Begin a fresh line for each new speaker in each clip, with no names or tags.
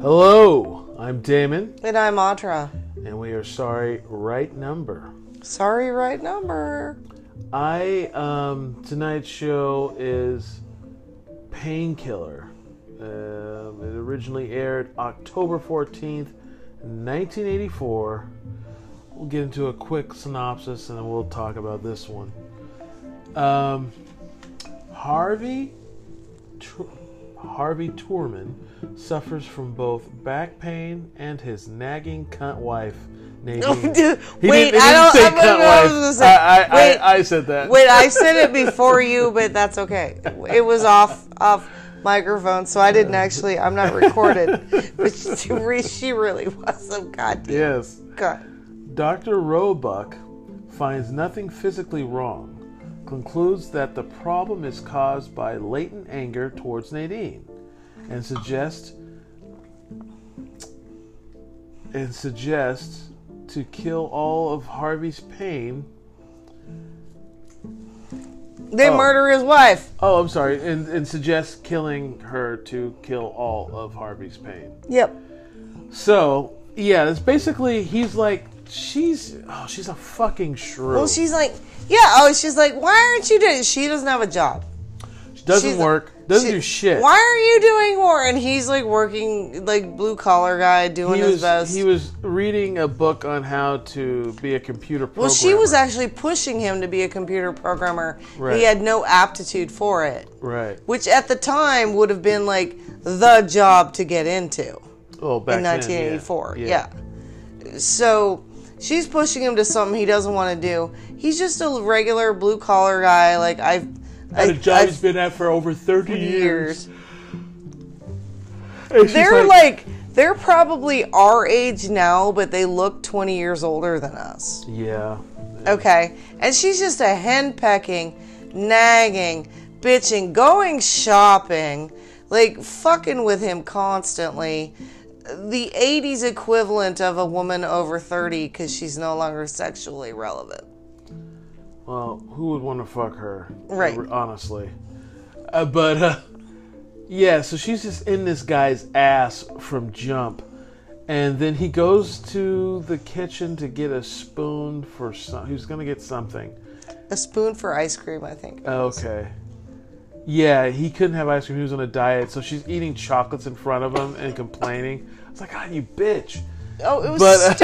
Hello, I'm Damon,
And I'm Audra.
and we are sorry, right number.
Sorry, right number.
I um tonight's show is Painkiller. Um, it originally aired October 14th, 1984. We'll get into a quick synopsis and then we'll talk about this one. Um, Harvey Tr- Harvey Tourman suffers from both back pain and his nagging cunt wife. Nadine.
dude.
He
Wait,
didn't, he didn't
I don't-
say
I don't
cunt
know what I
wife.
was gonna say.
I, I,
Wait.
I, I said that.
Wait, I said it before you, but that's okay. It was off off microphone, so I didn't actually. I'm not recorded. But she, re- she really was some goddamn
Yes.
cunt.
Dr. Roebuck finds nothing physically wrong, concludes that the problem is caused by latent anger towards Nadine, and suggests and suggests to kill all of Harvey's pain.
They
Oh.
murder his wife.
Oh, I'm sorry, and, and suggests killing her to kill all of Harvey's pain.
Yep.
So, yeah, it's basically he's like she's oh she's a fucking shrew.
Well, she's like, yeah. Oh, she's like, why aren't you doing? She doesn't have a job.
she doesn't
she's-
work, doesn't
She-
do shit.
Why are you doing more? And he's like working, like blue collar guy, doing
he
his
was,
best.
He was reading a book on how to be a computer programmer.
Well, she was actually pushing him to be a computer programmer.
Right.
He had no aptitude for it,
right.
which at the time would have been like the job to get into
Well, back
in
then, yeah.
1984. yeah. So she's pushing him to something he doesn't want to do. He's just a regular blue collar guy. Like I've,
Had a
I-
job
I've-
he's been at for over thirty years.
years.
And she's
They're like they're probably our age now, but they look 20 years older than us.
yeah,
Okay. And she's just a hen pecking, nagging, bitching, going shopping, like fucking with him constantly. The 80s equivalent of a woman over 30 because she's no longer sexually relevant.
Well, who would want to fuck her?
Right.
Honestly. Uh, but, uh, yeah, so she's just in this guy's ass from jump. And then he goes to the kitchen to get a spoon for some. He was going to get something.
A spoon for ice cream, I think.
Uh, Okay. Yeah, he couldn't have ice cream. He was on a diet. So she's eating chocolates in front of him and complaining. I was like, God, you bitch.
Oh, it was
But, uh,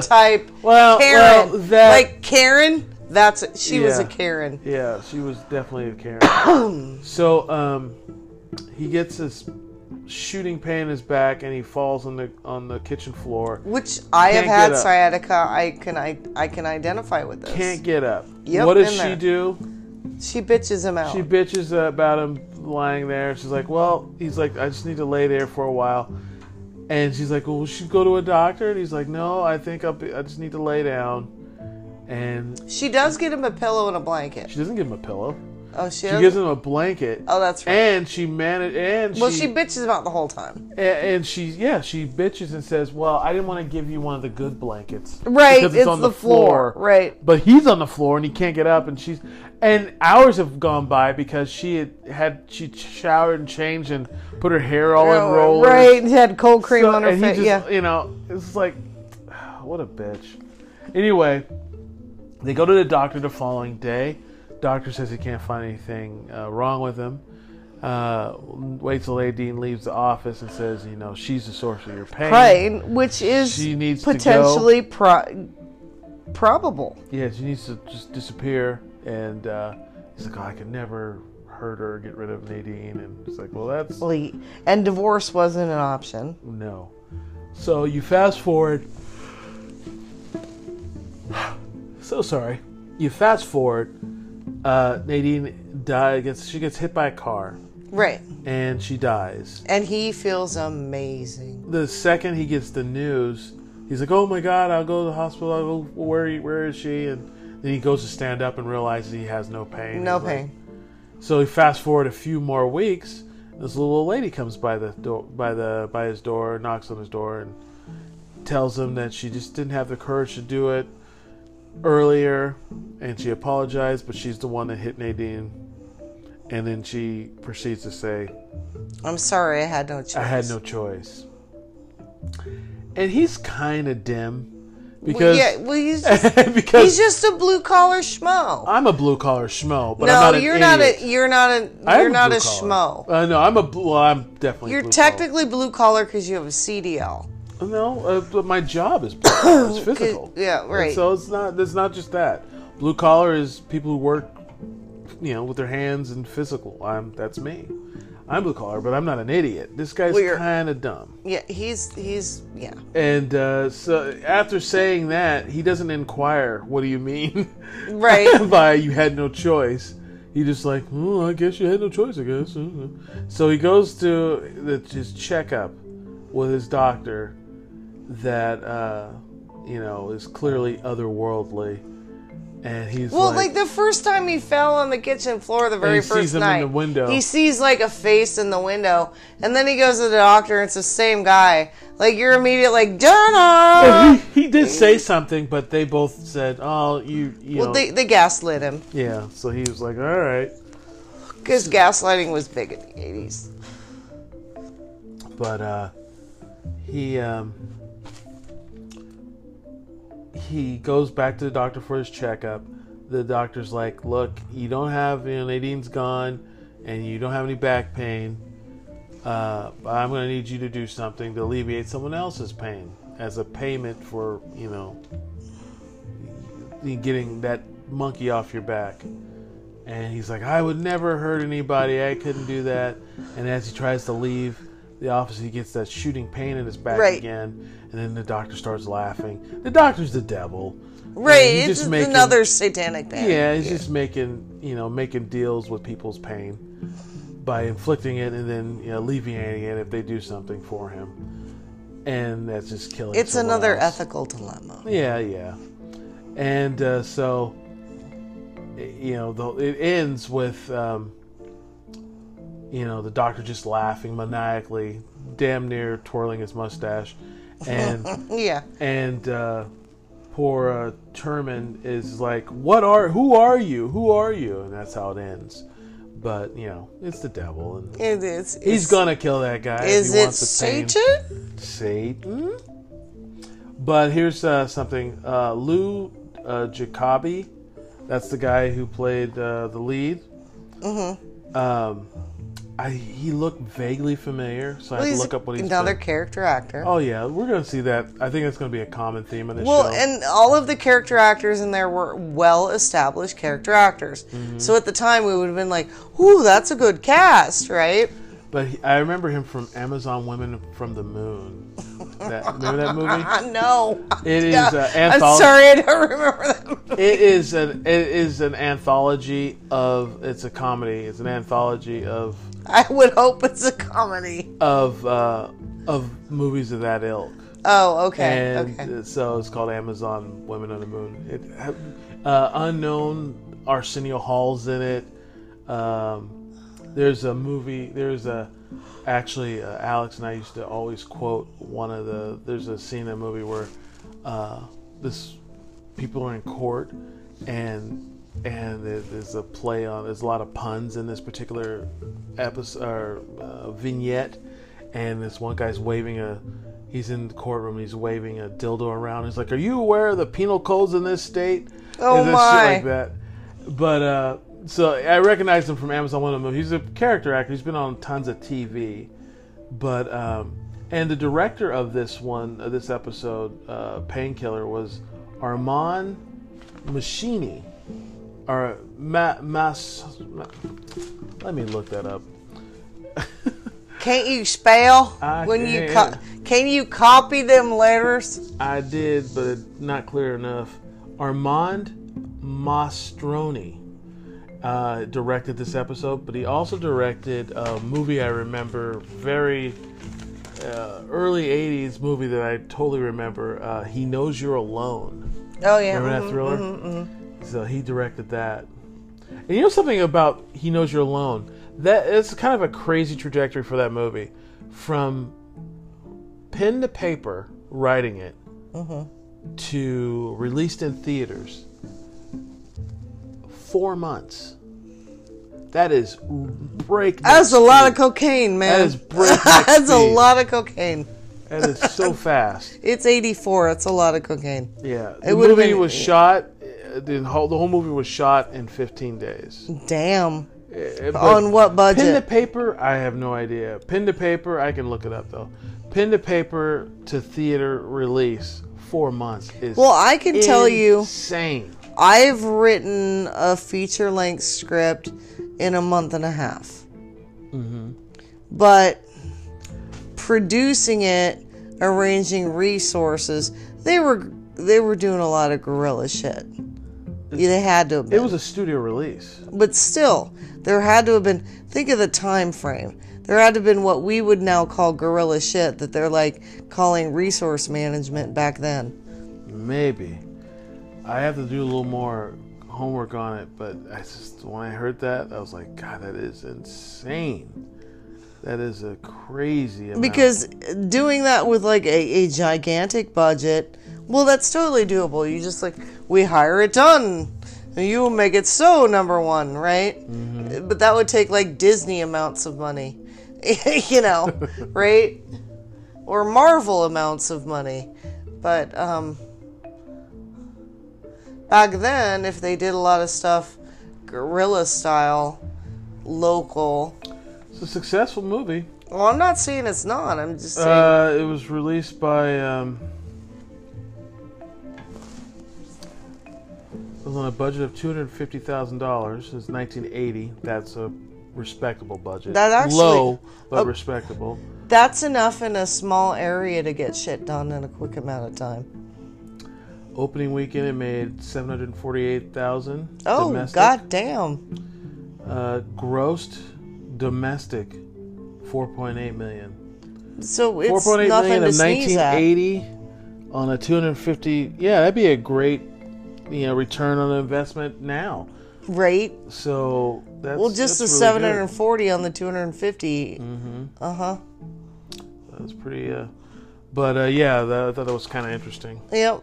stereotype.
Well,
Karen.
well, that-
Like Karen? That's she was a
Yeah.
Karen.
Yeah, she was definitely a Karen. so um, he gets this shooting pain in his back, and he falls on the on the kitchen floor.
Which I
Can't
have
get
had
up.
sciatica. I can I I can identify with this.
Can't get up.
Yep,
what does
been
she
there.
do?
she bitches him out.
She bitches about him lying there. She's like, "Well," he's like, "I just need to lay there for a while." And she's like, "Well, we should go to a doctor." And he's like, "No, I think I'll be, I just need to lay down." And
She does get him a pillow and a blanket.
she doesn't give him a pillow.
Oh, she,
She
does.
gives him a blanket.
oh, that's right.
And she managed. And
well, she bitches about the whole time.
A- And she, yeah, she bitches and says, "Well, I didn't want to give you one of the good blankets,
Right, it's the floor, right.
But he's on the floor and he can't get up, and she's, and hours have gone by because she had, had she showered and changed and put her hair all in rollers,
Oh, right, he had cold cream
So-
on her
and he
face.
just,
Yeah.
you know, it's like, what a bitch. Anyway, they go to the doctor the following day. Doctor says he can't find anything uh, wrong with him. Uh, wait till Nadine leaves the office and says, you know, she's the source of your pain.
Right, which is
She needs to go.
potentially pro- probable.
Yeah, she needs to just disappear. And uh, he's like, oh, I could never hurt her, get rid of Nadine. And it's like, well, that's
And divorce wasn't an option.
No. So you fast forward. So sorry. You fast forward. Uh, Nadine dies. Gets she gets hit by a car
Right.
and she dies.
And he feels amazing.
The second he gets the news, he's like, "Oh my God! I'll go to the hospital. I'll go, where? Where is she?" And then he goes to stand up and realizes he has no pain.
No
He's like-
pain.
so he fast forward a few more weeks. This little old lady comes by the door, by the by his door, knocks on his door, and tells him that she just didn't have the courage to do it earlier, and she apologized, but she's the one that hit Nadine. And then she proceeds to say,
I'm sorry, I had no choice.
"I had no choice." and he's kind of dim
Well,
because
yeah, well, he's just,
because
he's just a blue collar schmo.
I'm a blue collar schmo, but
no,
I'm not an
you're not
idiot.
a you're not a
I am
you're not a
blue-collar.
schmo.
Uh, no, I'm a blue. Well, I'm definitely.
You're
blue-collar.
technically blue collar because you have a CDL.
No, uh, but my job is blue collar. It's physical.
yeah,
And
right.
so it's not. It's not just that. Blue collar is people who work, you know, with their hands and physical. I'm. That's me. I'm blue collar, but I'm not an idiot. This guy's
Well, you're-
kind of dumb.
Yeah, he's he's yeah.
And uh, so after saying that, he doesn't inquire. What do you mean?
Right.
by you had no choice. He just like, oh, I guess you had no choice. I guess. So he goes to the, his checkup with his doctor, that uh, you know is clearly otherworldly, and he's
Well,
like,
like, the first time he fell on the kitchen floor, the very
he
first
sees him in
night,
the window.
he sees like a face in the window, and then he goes to the doctor, and it's the same guy. Like you're immediate, like Donna.
he, he did say something, but they both said, oh, you, you
well,
know,
they they gaslit him
yeah. So he was like, all right,
because gaslighting was big in the '80s.
but uh, he um, he goes back to the doctor for his checkup. The doctor's like, "Look, you don't have you know Nadine's gone, and you don't have any back pain. Uh, but I'm going to need you to do something to alleviate someone else's pain as a payment for you know you getting that monkey off your back." And he's like, I would never hurt anybody. I couldn't do that. And as he tries to leave the office, he gets that shooting pain in his back
Right.
again. And then the doctor starts laughing. The doctor's the devil.
Right,
he's
it's
just
just
making-
another satanic band.
Yeah, he's just making you know making deals with people's pain by inflicting it and then you know, alleviating it if they do something for him. And that's just killing.
it's
someone
another
else.
ethical dilemma.
Yeah, yeah. And uh, so, i- you know, the, it ends with, um, you know, the doctor just laughing maniacally, damn near twirling his mustache, and
Yeah,
and uh, poor uh, Terman is like, "What are? Who are you? Who are you?" And that's how it ends. But you know, it's the devil, and
it is. it's-
he's gonna kill that guy. if he
Is it
wants the pain.
Satan? Hmm?
Satan. But here's uh, something. Uh, Lou uh, Jacoby, that's the guy who played uh, the lead. Mm-hmm. Um, I he looked vaguely familiar, so I had to
He's
look up what he's
another
been.
character actor.
Oh yeah, we're gonna see that. I think that's gonna be a common theme in this
Well,
show.
and all of the character actors in there were well established character actors.
Mm-hmm.
So at the time, we would have been like, ooh, that's a good cast, right?
but he, I remember him from Amazon Women from the Moon. That, remember that movie?
I know.
It is, uh,
uh, I'm
anthology-
sorry, I don't remember that.
it is an it is an anthology of. It's a comedy. It's an anthology of
I would hope it's a comedy.
of uh, of movies of that ilk,
Oh, okay.
and
okay.
uh, so it's called Amazon Women on the Moon. It had, uh, unknown Arsenio Hall's in it. Um, there's a movie. There's a actually uh, Alex and I used to always quote one of the. There's a scene in a movie where uh, this people are in court and and there- there's a play on there's a lot of puns in this particular episode or uh, vignette and this one guy's waving a he's in the courtroom and he's waving a dildo around he's like are you aware of the penal codes in this state
Oh,
and this
my.
shit like that but uh so i recognize him from amazon one of them he's a character actor he's been on tons of tv but um, and the director of this one of this episode uh, painkiller was armand machini or Ma- mas Ma- let me look that up
Can't you spell
I
when you
can't.
co- can you copy them letters?
i did but not clear enough armand mastroni uh, directed this episode but he also directed a movie i remember very uh, early 80s movie that i totally remember uh, he knows you're alone
Oh yeah.
Remember
mhm.
that thriller?
mm-hmm.
So he directed that. And you know something about He Knows You're Alone? That it's kind of a crazy trajectory for that movie. From pen to paper, writing it,
Mm-hmm.
to released in theaters, four months. That is breakneck.
That's a lot of cocaine, man.
That is breakneck
That's a
speed.
lot of cocaine.
That is so fast.
It's 84. It's a lot of cocaine.
Yeah,
It
the
would've
movie
been-
was shot. uh, The whole, the whole movie was shot in 15 days.
Damn.
Uh, but
On what budget?
Pen to paper, I have no idea. Pen to paper, I can look it up though. Pen to paper to theater release, four months is.
Well, I can tell you-
insane.
I've written a feature length script in a month and a half.
Mm-hmm.
But producing it, arranging resources, they were they were doing a lot of guerrilla shit. Yeah, They had to have
It
been.
was a studio release.
but still, there had to have been think of the time frame. There had to have been what we would now call guerrilla shit that they're like calling resource management back then.
Maybe. I have to do a little more homework on it, but I just when I heard that, I was like, God, that is insane. That is a crazy amount.
Because doing that with like a, a gigantic budget, well, that's totally doable. You just like, we hire it done. You make it so number one, right? But that would take like Disney amounts of money, you know, right? Or Marvel amounts of money. But um, back then, if they did a lot of stuff guerrilla style, local,
it's a successful movie.
well, I'm not saying it's not. I'm just saying.
Uh, it was released by. Um, it was on a budget of two hundred fifty thousand dollars since nineteen eighty. That's a respectable budget.
That actually-
low, but
oh.
respectable.
That's enough in a small area to get shit done in a quick amount of time.
Opening weekend, it made seven hundred forty-eight thousand.
Oh,
domestic.
god damn.
Uh, grossed domestic, four point eight million.
So
Four
it's
point eight
nothing
million
to
in
sneeze
nineteen
at.
eighty, on a two hundred fifty. Yeah, that'd be a great, you know, return on investment now.
Right?
So that's
Well, just the
that's really Mm-hmm.
740 on the 250. Uh huh.
good. That's pretty. Uh, but uh, yeah, that, I thought that was kind of interesting.
Yep.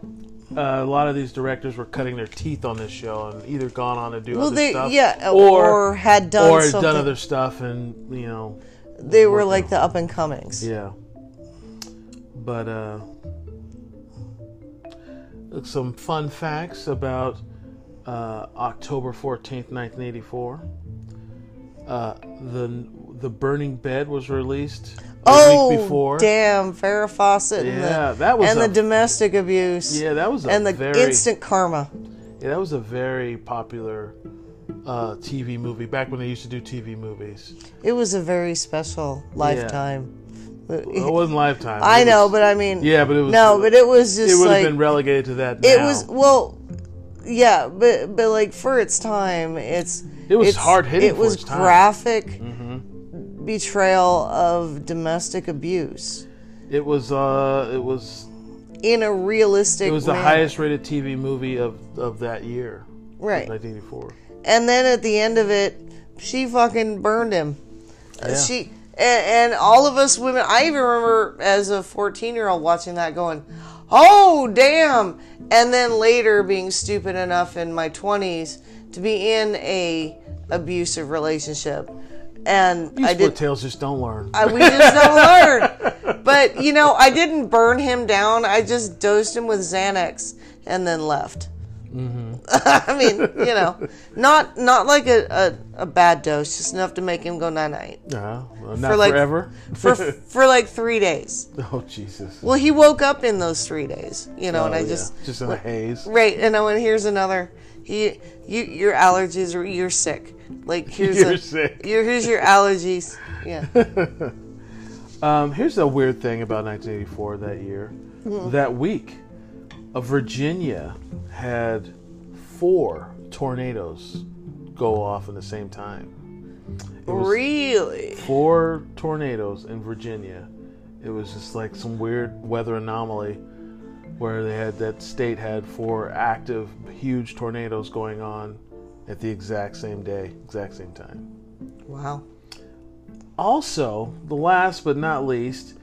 Uh, a lot of these directors were cutting their teeth on this show and either gone on to do
Well,
other
they,
stuff,
yeah, uh,
or
or, had done
or
something.
done other stuff, and you know,
they were like the up and comings.
yeah. But uh, some fun facts about uh, October fourteenth, nineteen eighty-four. Uh, the the burning bed was released a
oh,
week before.
damn. Farrah Fawcett and,
Yeah,
the,
that was
and
a,
the domestic abuse
yeah, that was a
and the
very
instant karma.
yeah, that was a very popular uh, TV movie back when they used to do TV movies.
It was a very special lifetime.
It wasn't Lifetime.
I
It
know,
was-
but I mean,
yeah, but it was
no, but it was
it
just
would have
like
been relegated to that.
it
now.
was well, yeah, but but like for its time, it's
It was
it's-
hard-hitting
It
for
was
its time. Mm-hmm.
graphic betrayal of domestic abuse
It was. Uh, it was.
in a realistic.
It was the
manner.
highest rated TV movie of of that year,
right?
1984.
And then at the end of it, she fucking burned him. Uh,
Yeah.
She and, and all of us women. I even remember as a fourteen-year-old watching that, going, "Oh damn!" And then later being stupid enough in my twenties to be in a abusive relationship, and
These
I
split
did.
tails just don't learn.
I- we just don't learn. But you know, I didn't burn him down. I just dosed him with Xanax and then left. Mm-hmm. I mean, you know, not not like a, a, a bad dose, just enough to make him go night night
Yeah, well, not
For like-
forever.
for for like three days.
oh Jesus.
Well, he woke up in those three days, you know, and
Oh,
I
yeah.
just
just in a haze.
right. And I went, here's another. He, you, your allergies are you're sick. Like here's
You're
a,
sick.
Your, here's your allergies. Yeah.
Um, here's a weird thing about 1984 that year.
Hmm.
That week, uh, Virginia had four tornadoes go off in the same time. was-
really.
Four tornadoes in Virginia. It was just like some weird weather anomaly where they had that state had four active huge tornadoes going on at the exact same day, exact same time.
Wow.
Also, the last but not least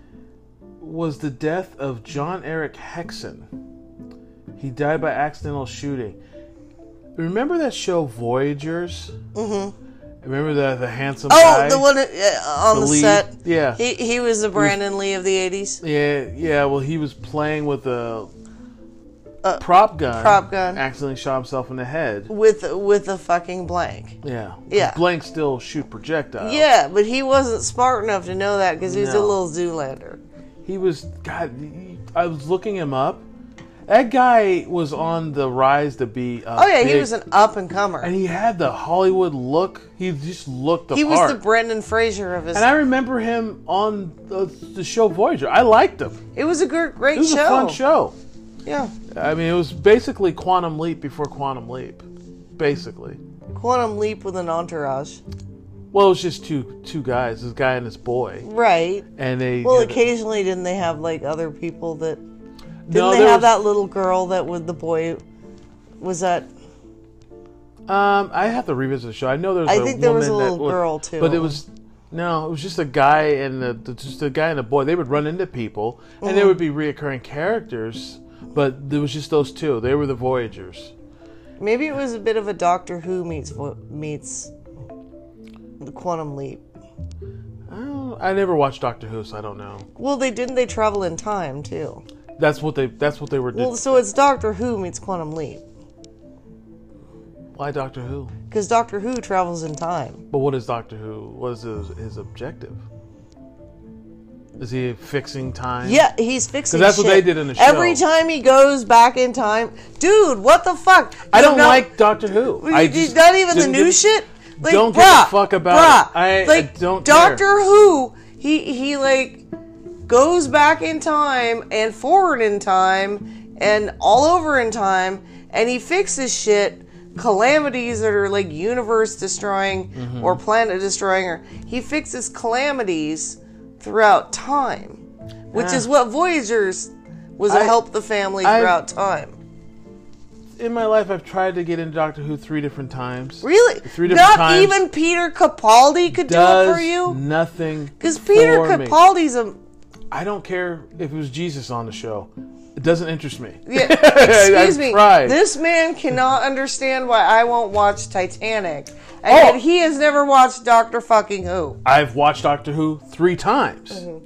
was the death of John Eric Hexon. He died by accidental shooting. Remember that show Voyagers? Mm-hmm. Remember the the handsome
Oh,
guy?
the one uh, on
The
the,
lead.
set.
Yeah.
He he was the Brandon Lee of the 80s.
Yeah, yeah. Well, he was playing with a prop gun.
prop gun.
Accidentally shot himself in the head.
With with a fucking blank.
Yeah. 'Cause
Yeah.
Blank still shoot projectiles.
Yeah, but he wasn't smart enough to know that because he was
Oh. No.
a little Zoolander.
He was God. he- I was looking him up. That guy was on the rise to be. Uh,
Oh yeah, he
big,
was an up and comer.
And he had the Hollywood look. He just looked the
he
part.
was the Brendan Fraser of his.
and I remember him on the, the show Voyager. I liked him.
it was a gr- great
It was
show.
a fun show.
Yeah,
I mean, it was basically Quantum Leap before Quantum Leap, basically.
Quantum Leap with an entourage.
Well, it was just two two guys, this guy and this boy,
Right.
and they.
Well,
had-
occasionally didn't they have like other people that didn't
no,
they
there
have
was-
that little girl that with the boy was that
Um, I have to revisit the show. I know there was.
I
a
think there was
woman
a
that
little
was-
girl, too.
but it was no, it was just a guy and the, the just a guy and a boy. They would run into people, and
Mm-hmm.
there would be reoccurring characters. But there was just those two. They were the Voyagers.
maybe it was a bit of a Doctor Who meets vo- meets the Quantum Leap.
I, don't, I never watched Doctor Who, so I don't know.
Well, they didn't they travel in time too.
That's what they. That's what they were.
Well,
doing.
so it's Doctor Who meets Quantum Leap
Why Doctor Who?
because Doctor Who travels in time.
But what is Doctor Who? What is his, his objective? Is he fixing time?
Yeah, he's
'Cause
fixing.
that's
shit.
what they did in the
Every
show.
time he goes back in time, dude, what the fuck?
I
You're
don't
not-
like Doctor Who. I
You- you-
just
not even the
didn't
new
give-
shit. Like,
don't give a
bruh,
fuck about it.
bruh,
I- I
like,
don't care.
Doctor Who. He he like goes back in time and forward in time and all over in time, and he fixes shit. Calamities that are like universe destroying
Mm-hmm.
or planet destroying, or he fixes calamities throughout time, which is what Voyagers was
Ah. I-
to help the family
I-
throughout time.
In my life, I've tried to get into Doctor Who three different times.
Really?
Three different
Not
times.
even Peter Capaldi could do it
Does
for you?
nothing
Because Peter
for me.
Capaldi's a.
I don't care if it was Jesus on the show. It doesn't interest me.
Yeah, excuse
I've
me.
tried.
This man cannot understand why I won't watch Titanic. And
Oh.
yet he has never watched Doctor fucking Who.
I've watched Doctor Who three times.
Mm-hmm.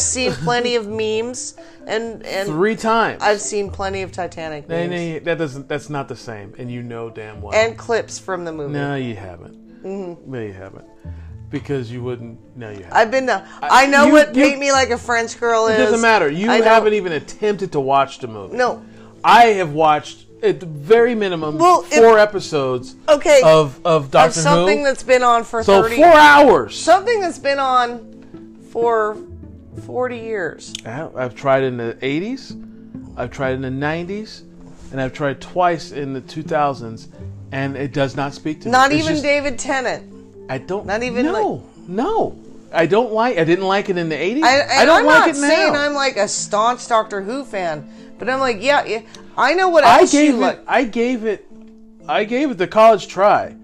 seen plenty of memes and. and
Three times.
I've seen plenty of Titanic
And
memes.
they- that doesn't. That's not the same. And you know damn well.
And clips from the movie.
no, you haven't. No, you haven't. Because you wouldn't. No, you haven't.
I've been to. I know
you-
what
you-
Paint Me Like a French Girl is.
It doesn't matter. You
I know-
haven't even attempted to watch the movie.
No.
I have watched at the very minimum
Well, if-
four episodes
Okay.
of of
Of
Doctor
something
Who.
that's been on for
so
30
four hours.
something that's been on for 40 years.
Yeah, I've tried in the eighties, I've tried in the nineties, and I've tried twice in the two thousands, and it does not speak to me.
Not
It's
even
just-
David Tennant.
I don't.
not even,
No, no. I don't like. I didn't like it in the eighties.
I,
I, don't
am
like
not
it now.
saying I'm like a staunch Doctor Who fan, but I'm like, yeah, yeah I know what
I
else you
gave
like.
it. I gave it. I gave it the college try.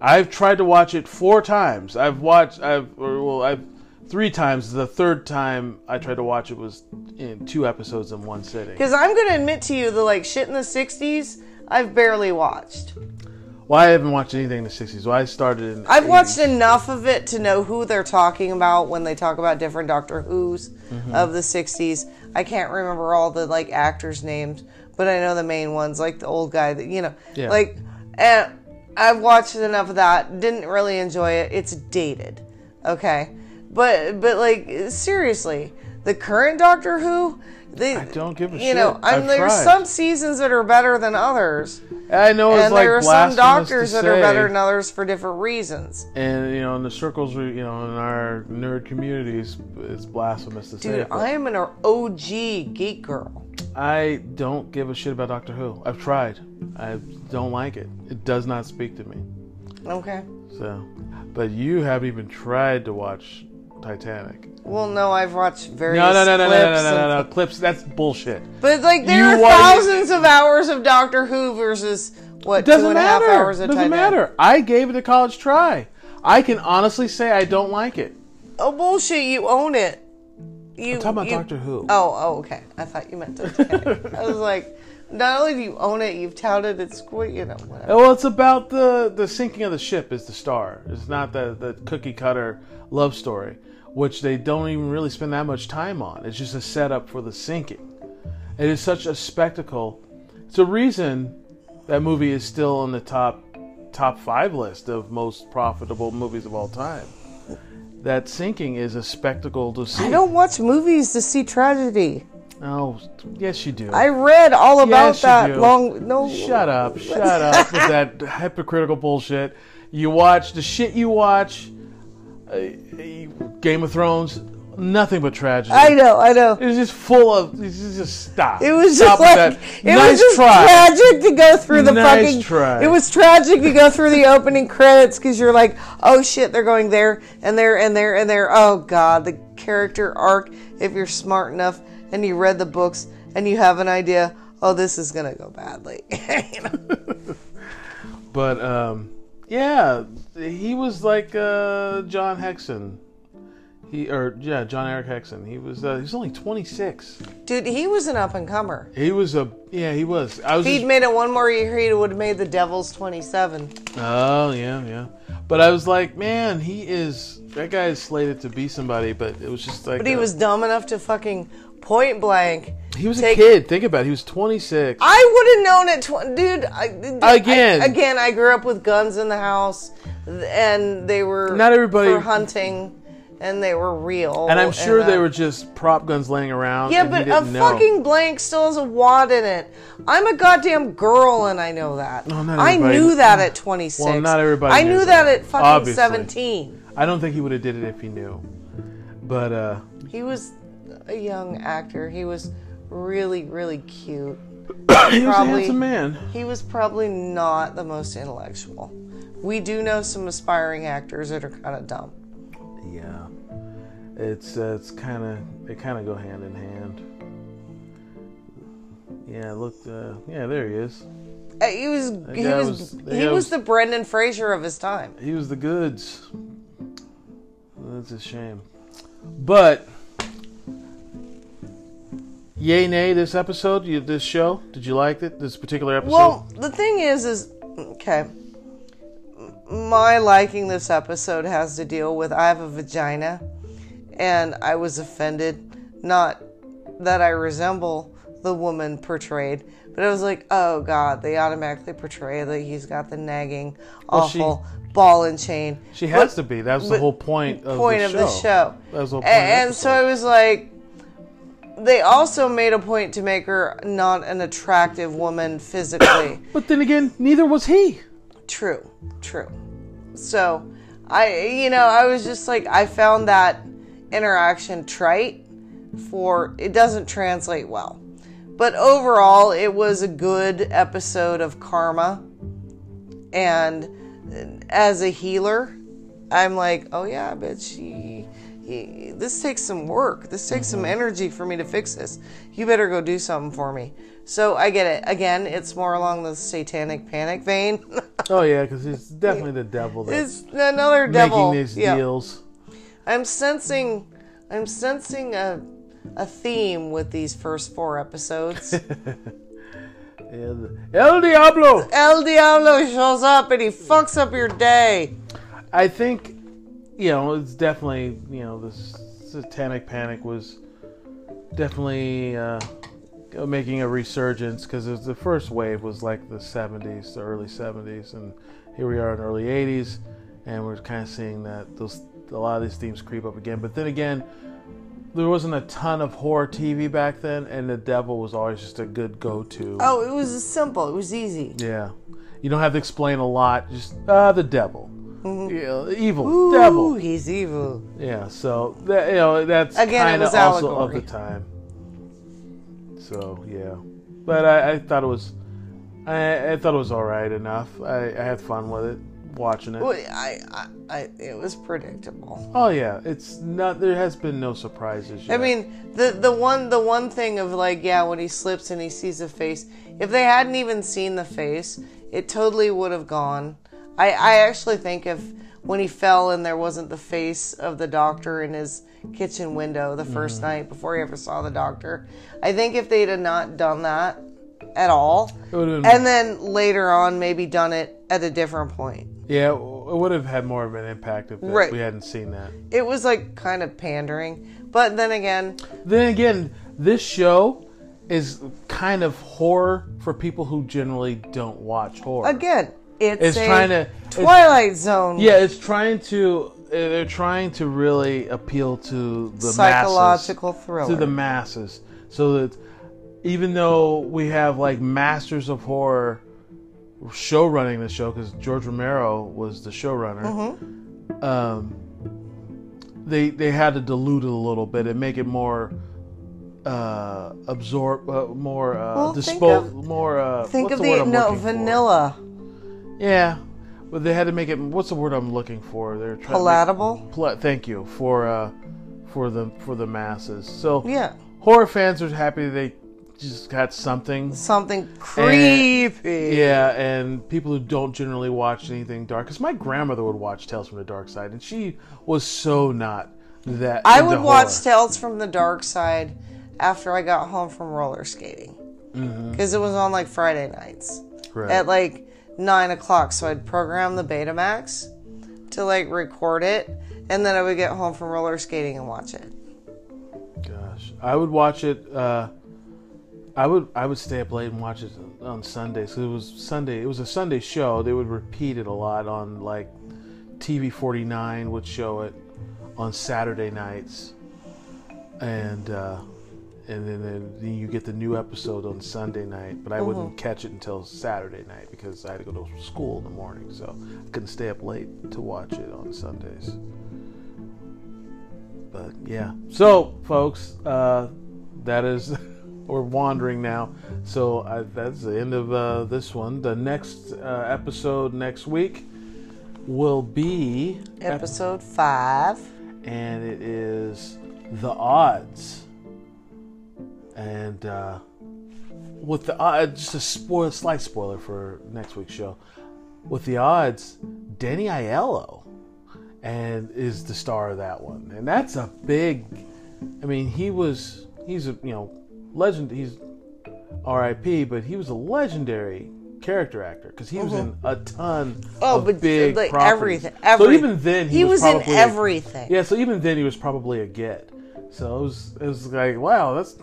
I've tried to watch it four times. I've watched. I've or, well. I've three times. The third time I tried to watch it was in two episodes in one sitting.
Because I'm going to admit to you, the like shit in the 60s, I've barely watched.
Well, I haven't watched anything in the sixties. Well, I started in. the
I've watched
80s.
enough of it to know who they're talking about when they talk about different Doctor Who's
Mm-hmm.
of the 60s. I can't remember all the like actors' names, but I know the main ones, like the old guy that, you know,
Yeah.
like, and I've watched enough of that. Didn't really enjoy it. It's dated. Okay. But, but like, seriously, the current Doctor Who, they, I
don't give a
You know,
shit.
I mean,
I've
there's
tried.
some seasons that are better than others,
I know it's
and
like
there are some
blasphemous
doctors
to
that are
say,
better than others for different reasons.
And you know, in the circles, we, you know, in our nerd communities, it's blasphemous to say.
Dude,
but
I am an OG geek girl.
I don't give a shit about Doctor Who. I've tried. I don't like it. It does not speak to me.
Okay.
So, but you haven't even tried to watch Titanic.
Well, no, I've watched various
No, no, no, no, no,
clips.
no, no, no, no.
and-
Clips. That's bullshit.
But like, there
You
are
watch-
thousands of hours of Doctor Who versus what two
Doesn't
and a half
matter.
hours of
Doesn't
Titanic.
matter. I gave it a college try. I can honestly say I don't like it.
Oh bullshit! You own it. You
I'm talking about
you-
Doctor Who.
Oh, oh, okay. I thought you meant Titanic. I was like, Not only do you own it, you've touted its, you know, whatever.
Well, it's about the the sinking of the ship is the star. It's not the the cookie cutter love story, which they don't even really spend that much time on. It's just a setup for the sinking. It is such a spectacle. It's a reason that movie is still on the top top five list of most profitable movies of all time. That sinking is a spectacle to see.
I don't watch movies to see tragedy.
Oh, yes, you do.
I read all about
Yes, you
that
do.
long. No,
Shut up, shut up with that hypocritical bullshit. You watch the shit you watch. Uh, Game of Thrones, nothing but tragedy.
I know, I know.
It was just full of. It's just, just stop.
It was
stop
just like
with that.
it
nice
was just
try.
tragic to go through the
Nice
fucking.
try.
It was tragic to go through the opening credits because you're like, oh shit, they're going there and there and there and there. Oh god, the character arc. If you're smart enough and you read the books and you have an idea, oh this is gonna go badly. You know?
But um, yeah, he was like uh, John Hexon. He or yeah, John Eric Hexon. He was uh, he was only 26.
Dude, he was an up and comer.
He was a yeah, he was. I was.
If he'd
just-
made it one more year, he would have made the Devils 27.
oh yeah, yeah. But I was like, man, he is. That guy is slated to be somebody. But it was just like.
But he
uh,
was dumb enough to fucking point blank.
He was
take-
a kid. Think about it. He was 26.
I would have known it, tw- dude. I, dude,
Again.
I, again, I grew up with guns in the house, and they were
Not everybody-
for hunting, and they were real.
and I'm sure
uh,
they were just prop guns laying around.
Yeah,
and he
but a
didn't know.
fucking blank still has a wad in it. I'm a goddamn girl, and I know that.
No, not
I
everybody-
knew that at 26.
Well, not everybody
I
knew
knew
that.
that, at fucking
Obviously.
17.
I don't think he would have did it if he knew. But uh,
He was a young actor. He was really, really cute.
he was a
Probably-
handsome man.
He was probably not the most intellectual. We do know some aspiring actors that are kind of dumb.
Yeah, it's uh, it's kind of they kind of go hand in hand. Yeah, look, uh, yeah, there he is.
Uh, He was he
guy
was,
was- that
he
guy
was,
was-
the Brendan Fraser of his time.
He was the goods. That's a shame, but yay nay this episode, you, this show. Did you like it? This particular episode.
Well, the thing is, is okay. My liking this episode has to deal with I have a vagina, and I was offended, not that I resemble the woman portrayed, but I was like, oh god, they automatically portray that he's got the nagging,
she-
awful ball and chain.
she has to be. That was the
but-
whole point of
point
the
of
show.
the show.
That was the whole
A-
point of the
and so I was like, they also made a point to make her not an attractive woman physically.
But then again, neither was he.
true, true. So I, you know, I was just like, I found that interaction trite for it doesn't translate well. But overall, it was a good episode of Karma. And uh, as a healer, I'm like, oh yeah, bitch, she, he, this takes some work. This takes some energy for me to fix this. You better go do something for me. So I get it. Again, it's more along the satanic panic vein.
Oh yeah, because he's definitely the devil that's
it's another
making
devil.
these
Yeah.
deals.
I'm sensing, I'm sensing a, a theme with these first four episodes.
El El Diablo.
El Diablo shows up and he fucks up your day.
I think, you know, it's definitely, you know, this satanic panic was definitely uh, making a resurgence because the first wave was like the 70s, the early 70s, and here we are in the early 80s, and we're kind of seeing that those a lot of these themes creep up again. But then again, there wasn't a ton of horror TV back then, and the devil was always just a good go-to.
Oh, it was simple. It was easy.
Yeah. You don't have to explain a lot. Just, ah, the devil. Yeah, evil.
Mm-hmm. Ooh,
devil.
he's evil.
Yeah, so that you know that's
Again, it
kind of
was
also of
allegory.
the time. So yeah, but I, I thought it was, I, I thought it was all right enough. I, I had fun with it, watching it.
Well, I, I, I, it was predictable.
Oh yeah, it's not. There has been no surprises. Yet.
I mean, the the one the one thing of like, yeah, when he slips and he sees a face. If they hadn't even seen the face, it totally would have gone. I I actually think if when he fell and there wasn't the face of the doctor in his
Mm-hmm.
kitchen window the first night before he ever saw the doctor, I think if they'd have not done that, at all.
It would've been-
And then later on, maybe done it at a different point.
yeah, it would have had more of an impact if that-
Right.
we hadn't seen that.
It was like kind of pandering. But then again,
Then again, this show is kind of horror for people who generally don't watch horror.
again, it's,
It's
a
trying to-
Twilight Zone
yeah, it's trying to uh, they're trying to really appeal to the
psychological
masses,
thriller.
to the masses, so that even though we have like masters of horror show running the show because George Romero was the showrunner.
Mm-hmm.
Um, they they had to dilute it a little bit and make it more uh absorb uh, more uh
Well, think
dispose
of-
more uh
Think
what's
of
the, word
the
I'm
no
looking for?
vanilla
yeah but they had to make it what's the word i'm looking for they're trying to make-
palatable.
Pl- thank you for uh for the for the masses so
Yeah,
horror fans are happy they just got something
something creepy.
yeah, and people who don't generally watch anything dark, because my grandmother would watch Tales from the Dark Side, and she was so not that.
I
into
would watch
horror.
Tales from the Dark Side after I got home from roller skating because it was on like Friday nights
Mm-hmm. Right.
at like nine o'clock. So I'd program the Betamax to like record it, and then I would get home from roller skating and watch it.
Gosh, I would watch it. Uh, I would I would stay up late and watch it on Sundays. 'cause it was Sunday. It was a Sunday show. They would repeat it a lot on like TV forty nine would show it on Saturday nights, and uh, and then, then you get the new episode on Sunday night. But I wouldn't catch it until Saturday night because I had to go to school in the morning, so I couldn't stay up late to watch it on Sundays but yeah so folks uh that is we're wandering now so I, that's the end of uh, this one the next uh, episode next week will be
Episode five.
and it is the odds and uh with the odds just a spoil, slight spoiler for next week's show with the odds danny aiello and is the star of that one and that's a big i mean he was he's a you know legend he's rip but he was a legendary character actor because he was in a ton
Oh,
of
but
big
like
properties.
everything, every-
so even then he,
He was in
probably a-
everything.
yeah, so even then he was probably a get. So it was, it was like, wow, that's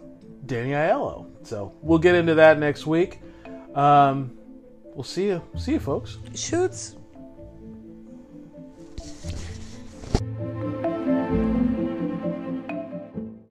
Danny Aiello. So we'll get into that next week. Um, we'll see you. See you, folks.
Shoots.